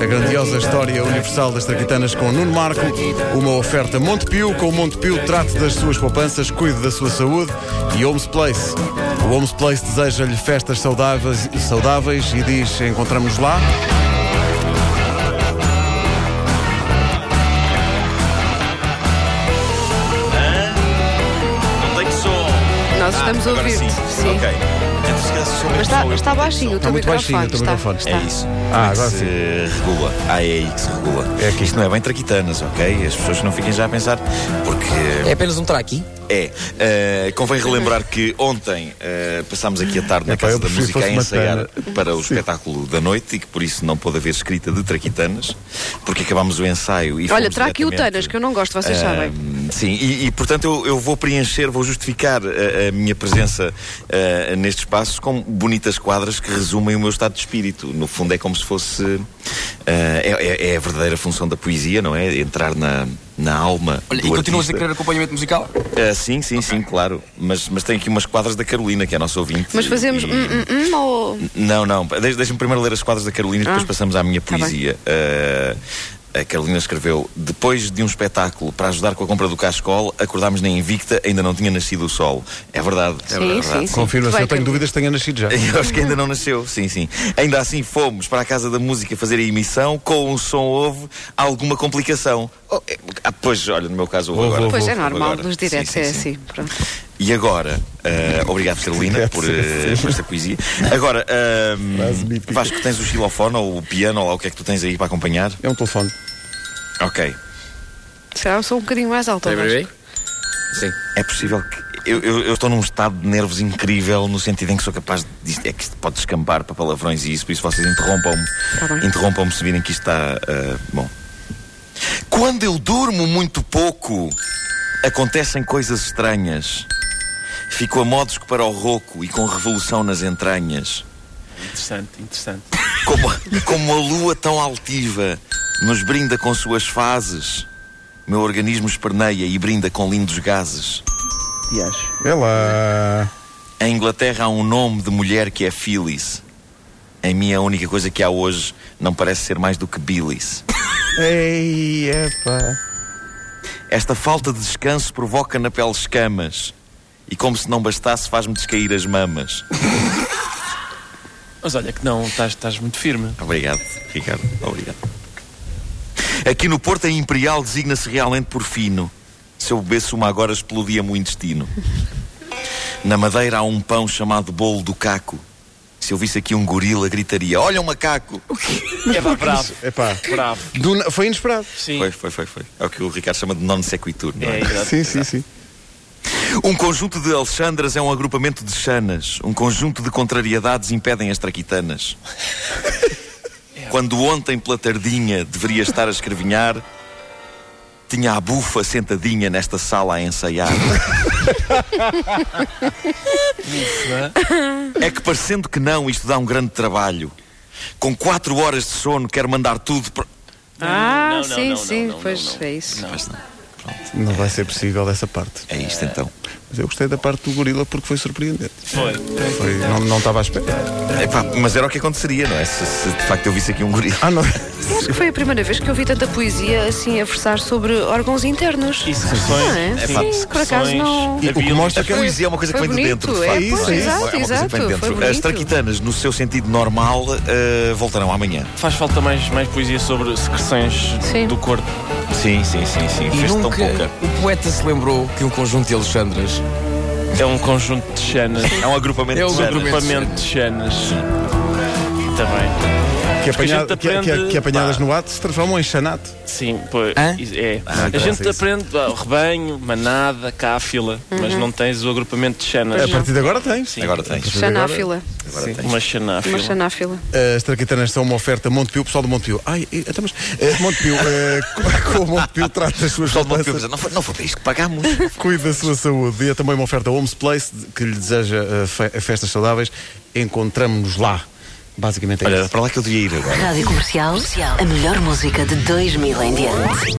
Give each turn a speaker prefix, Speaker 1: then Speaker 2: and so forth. Speaker 1: A grandiosa história universal das traquitanas com Nuno Marco, uma oferta Montepio, com o Montepio trate das suas poupanças, cuide da sua saúde e Homes Place. O Homes Place deseja-lhe festas saudáveis, saudáveis e diz: encontramos lá.
Speaker 2: Onde é que sou?
Speaker 3: Nós estamos a
Speaker 2: Ah, agora
Speaker 3: ouvir-te,
Speaker 2: Sim.
Speaker 3: sim.
Speaker 2: Ok. Eu te esqueço, sou eu
Speaker 3: Mas
Speaker 2: que
Speaker 3: está,
Speaker 2: sou, eu
Speaker 3: mas está
Speaker 2: que sou.
Speaker 3: baixinho tá. o
Speaker 2: Então,
Speaker 3: teu
Speaker 1: muito baixinho o
Speaker 3: microfone.
Speaker 1: teu
Speaker 3: está,
Speaker 1: microfone.
Speaker 3: está.
Speaker 2: É isso.
Speaker 1: Ah,
Speaker 2: É que
Speaker 1: agora
Speaker 2: se regula. Ah, é aí que se regula. É que isto não é bem traquitanas, ok? As pessoas não fiquem já a pensar, porque
Speaker 4: É apenas um traqui.
Speaker 2: É. eh, convém relembrar que ontem eh, passámos aqui a tarde na
Speaker 1: Epá,
Speaker 2: Casa
Speaker 1: eu
Speaker 2: da
Speaker 1: prefiro que
Speaker 2: Música a
Speaker 1: fosse uma
Speaker 2: ensaiar para o espetáculo da noite e que por isso não pôde haver escrita de traquitanas, porque acabámos o ensaio e
Speaker 3: Olha,
Speaker 2: fomos
Speaker 3: traqueotanas,
Speaker 2: diretamente-
Speaker 3: que eu não gosto, vocês
Speaker 2: Ah,
Speaker 3: sabem.
Speaker 2: Sim, e, e, portanto eu, eu vou preencher, vou justificar a, a minha presença ah, neste espaço com bonitas quadras que resumem o meu estado de espírito. No fundo é como se fosse. ah, é, é- é a verdadeira função da poesia, não é? Entrar na, na alma.
Speaker 4: Olha,
Speaker 2: do
Speaker 4: e continuas
Speaker 2: artista.
Speaker 4: a querer acompanhamento musical?
Speaker 2: Ah, sim, sim, sim, claro. Mas, mas tem aqui umas quadras da Carolina, que é a nossa ouvinte.
Speaker 3: Mas fazemos
Speaker 2: E-
Speaker 3: hum, hum, hum, ou.
Speaker 2: Não, não. de- Deixa-me primeiro ler as quadras da Carolina e depois
Speaker 3: Ah,
Speaker 2: passamos à minha
Speaker 3: tá bem.
Speaker 2: poesia. Ah, a Carolina escreveu: Depois de um espetáculo para ajudar com a compra do cascol, acordámos na Invicta, ainda não tinha nascido o sol. É verdade. é
Speaker 3: Sim,
Speaker 2: verdade.
Speaker 3: sim, sim.
Speaker 1: Confirma-se,
Speaker 3: Vai,
Speaker 1: eu tenho
Speaker 3: Carolina.
Speaker 1: dúvidas que tenha nascido já.
Speaker 2: Eu acho que ainda não nasceu, sim, sim. Ainda assim fomos para a Casa da Música fazer a emissão, com um som houve alguma complicação. Oh, é- ah, pois, olha, no meu caso houve
Speaker 1: Houve,
Speaker 2: agora.
Speaker 1: houve,
Speaker 3: Pois é
Speaker 2: Houve
Speaker 3: normal,
Speaker 2: agora.
Speaker 3: nos diretos
Speaker 2: Sim,
Speaker 3: é
Speaker 2: sim, sim.
Speaker 3: assim. Pronto.
Speaker 2: E agora, eh, obrigado Carolina por, eh, por esta poesia. Agora, ehm,
Speaker 1: Frase mítica.
Speaker 2: Vasco, tens o xilofone ou o piano ou lá o que é que tu tens aí para acompanhar?
Speaker 1: É um telefone.
Speaker 2: Ok.
Speaker 3: Será eu sou um bocadinho mais alto.
Speaker 4: Sim.
Speaker 2: É possível que. Eu, eu- eu estou num estado de nervos incrível, no sentido em que sou capaz de. disto- É que isto pode descambar para palavrões e isso, por isso vocês interrompam-me.
Speaker 3: Tá bem.
Speaker 2: interrompam-me se virem que isto está. eh, bom. Quando eu durmo muito pouco, acontecem coisas estranhas. Fico amódisco para o roco e com revolução nas entranhas.
Speaker 5: Interessante, interessante.
Speaker 2: Como, como a lua tão altiva nos brinda com suas fases, meu organismo esperneia e brinda com lindos gases.
Speaker 1: É lá.
Speaker 2: Em Inglaterra há um nome de mulher que é Phyllis. Em mim a única coisa que há hoje não parece ser mais do que Billis.
Speaker 1: Ei, epá.
Speaker 2: Esta falta de descanso provoca na pele escamas. E como se não bastasse, faz-me descair as mamas.
Speaker 5: Mas olha que não, estás, estás muito firme.
Speaker 2: Obrigado, Ricardo. Obrigado. Aqui no Porto, a Imperial designa-se realmente por fino. Se eu bebesse uma agora, explodia-me o intestino. Na Madeira há um pão chamado bolo do caco. Se eu visse aqui um gorila, gritaria: Olha um macaco!
Speaker 5: É pá, bravo,
Speaker 1: Epá.
Speaker 5: bravo.
Speaker 1: Do na- Foi inesperado.
Speaker 5: Sim.
Speaker 2: Foi, foi, foi, foi. É o que o Ricardo chama de non sequitur, não
Speaker 5: É,
Speaker 2: é?
Speaker 5: exato.
Speaker 1: Sim, sim, sim.
Speaker 2: Um conjunto de Alexandras é um agrupamento de chanas. Um conjunto de contrariedades impedem as traquitanas.
Speaker 5: É.
Speaker 2: Quando ontem, pela tardinha, deveria estar a escrevinhar, tinha a bufa sentadinha nesta sala a ensaiar. É que parecendo que não, isto dá um grande trabalho. Com quatro horas de sono, quero mandar tudo para.
Speaker 3: Ah,
Speaker 5: Não, não,
Speaker 3: sim,
Speaker 5: não,
Speaker 3: sim,
Speaker 5: não, não,
Speaker 3: pois
Speaker 5: não, não.
Speaker 3: é isso.
Speaker 2: Mas não.
Speaker 1: Não vai ser possível essa parte.
Speaker 2: É isto então.
Speaker 1: Mas eu gostei da parte do gorila porque foi surpreendente.
Speaker 5: Foi.
Speaker 1: Foi, não, não estava à espera.
Speaker 2: Epá, mas era o que aconteceria, não é? Se, se de facto eu visse aqui um gorila.
Speaker 1: Ah, não.
Speaker 3: Eu acho que foi a primeira vez que eu vi tanta poesia assim a versar sobre órgãos internos.
Speaker 5: E
Speaker 3: Não é?
Speaker 5: discussões.
Speaker 3: Sim, por acaso não-
Speaker 1: E o que mostra
Speaker 2: A
Speaker 1: que
Speaker 3: Foi-
Speaker 2: poesia é uma coisa que
Speaker 3: foi
Speaker 2: vem de
Speaker 3: bonito,
Speaker 2: dentro, de
Speaker 3: é,
Speaker 2: facto.
Speaker 3: pois,
Speaker 2: Não é?
Speaker 3: exato,
Speaker 2: É uma coisa
Speaker 3: exato,
Speaker 2: que vem de
Speaker 3: foi
Speaker 2: dentro.
Speaker 3: bonito.
Speaker 2: As traquitanas, no seu sentido normal, eh, voltarão amanhã.
Speaker 5: Faz falta mais, mais poesia sobre secreções
Speaker 3: Sim.
Speaker 5: do corpo.
Speaker 2: Sim, sim, sim, sim.
Speaker 4: E
Speaker 2: Fez tão
Speaker 4: nunca
Speaker 2: pouca.
Speaker 4: o poeta se lembrou que um conjunto de Alexandras
Speaker 5: É um conjunto de chanas.
Speaker 2: É um agrupamento
Speaker 4: É um
Speaker 2: de
Speaker 5: Um
Speaker 2: géneros.
Speaker 4: agrupamento.
Speaker 5: agrupamento de chanas. Também.
Speaker 1: que,
Speaker 5: Porque a gente
Speaker 1: apanhada- que- que-
Speaker 5: aprende-
Speaker 1: que apanhadas
Speaker 5: pá.
Speaker 1: no ato se transformam em xanato.
Speaker 5: Sim, pois.
Speaker 4: Hã?
Speaker 5: isso É. a
Speaker 1: graças
Speaker 5: gente
Speaker 1: a isso.
Speaker 5: aprende ah, o rebanho, manada, cáfila, mas não tens o agrupamento de chanas.
Speaker 1: A partir de agora tens.
Speaker 5: Sim.
Speaker 2: Agora tens.
Speaker 3: Xanáfila.
Speaker 2: Agora
Speaker 1: Sim.
Speaker 2: tens.
Speaker 5: Uma chanáfila.
Speaker 3: Uma xanáfila.
Speaker 1: Eh, As traquitanas são uma oferta Montepio, pessoal do Montepio. Ai, eh, então, mas. eh, Montepio, eh, co- como o Montepio trata das suas
Speaker 2: Só de uma
Speaker 1: poupanças,
Speaker 2: coisa, Não foi, não foi para isto que pagámos.
Speaker 1: cuida da sua saúde. E é também uma oferta Homes Place, de- que lhe deseja eh, fe- festas saudáveis. Encontramos-nos lá. Basicamente é
Speaker 2: Olha,
Speaker 1: isso.
Speaker 2: era para lá que eu devia ir agora.
Speaker 6: Rádio Comercial, a melhor música de 2000 em diante.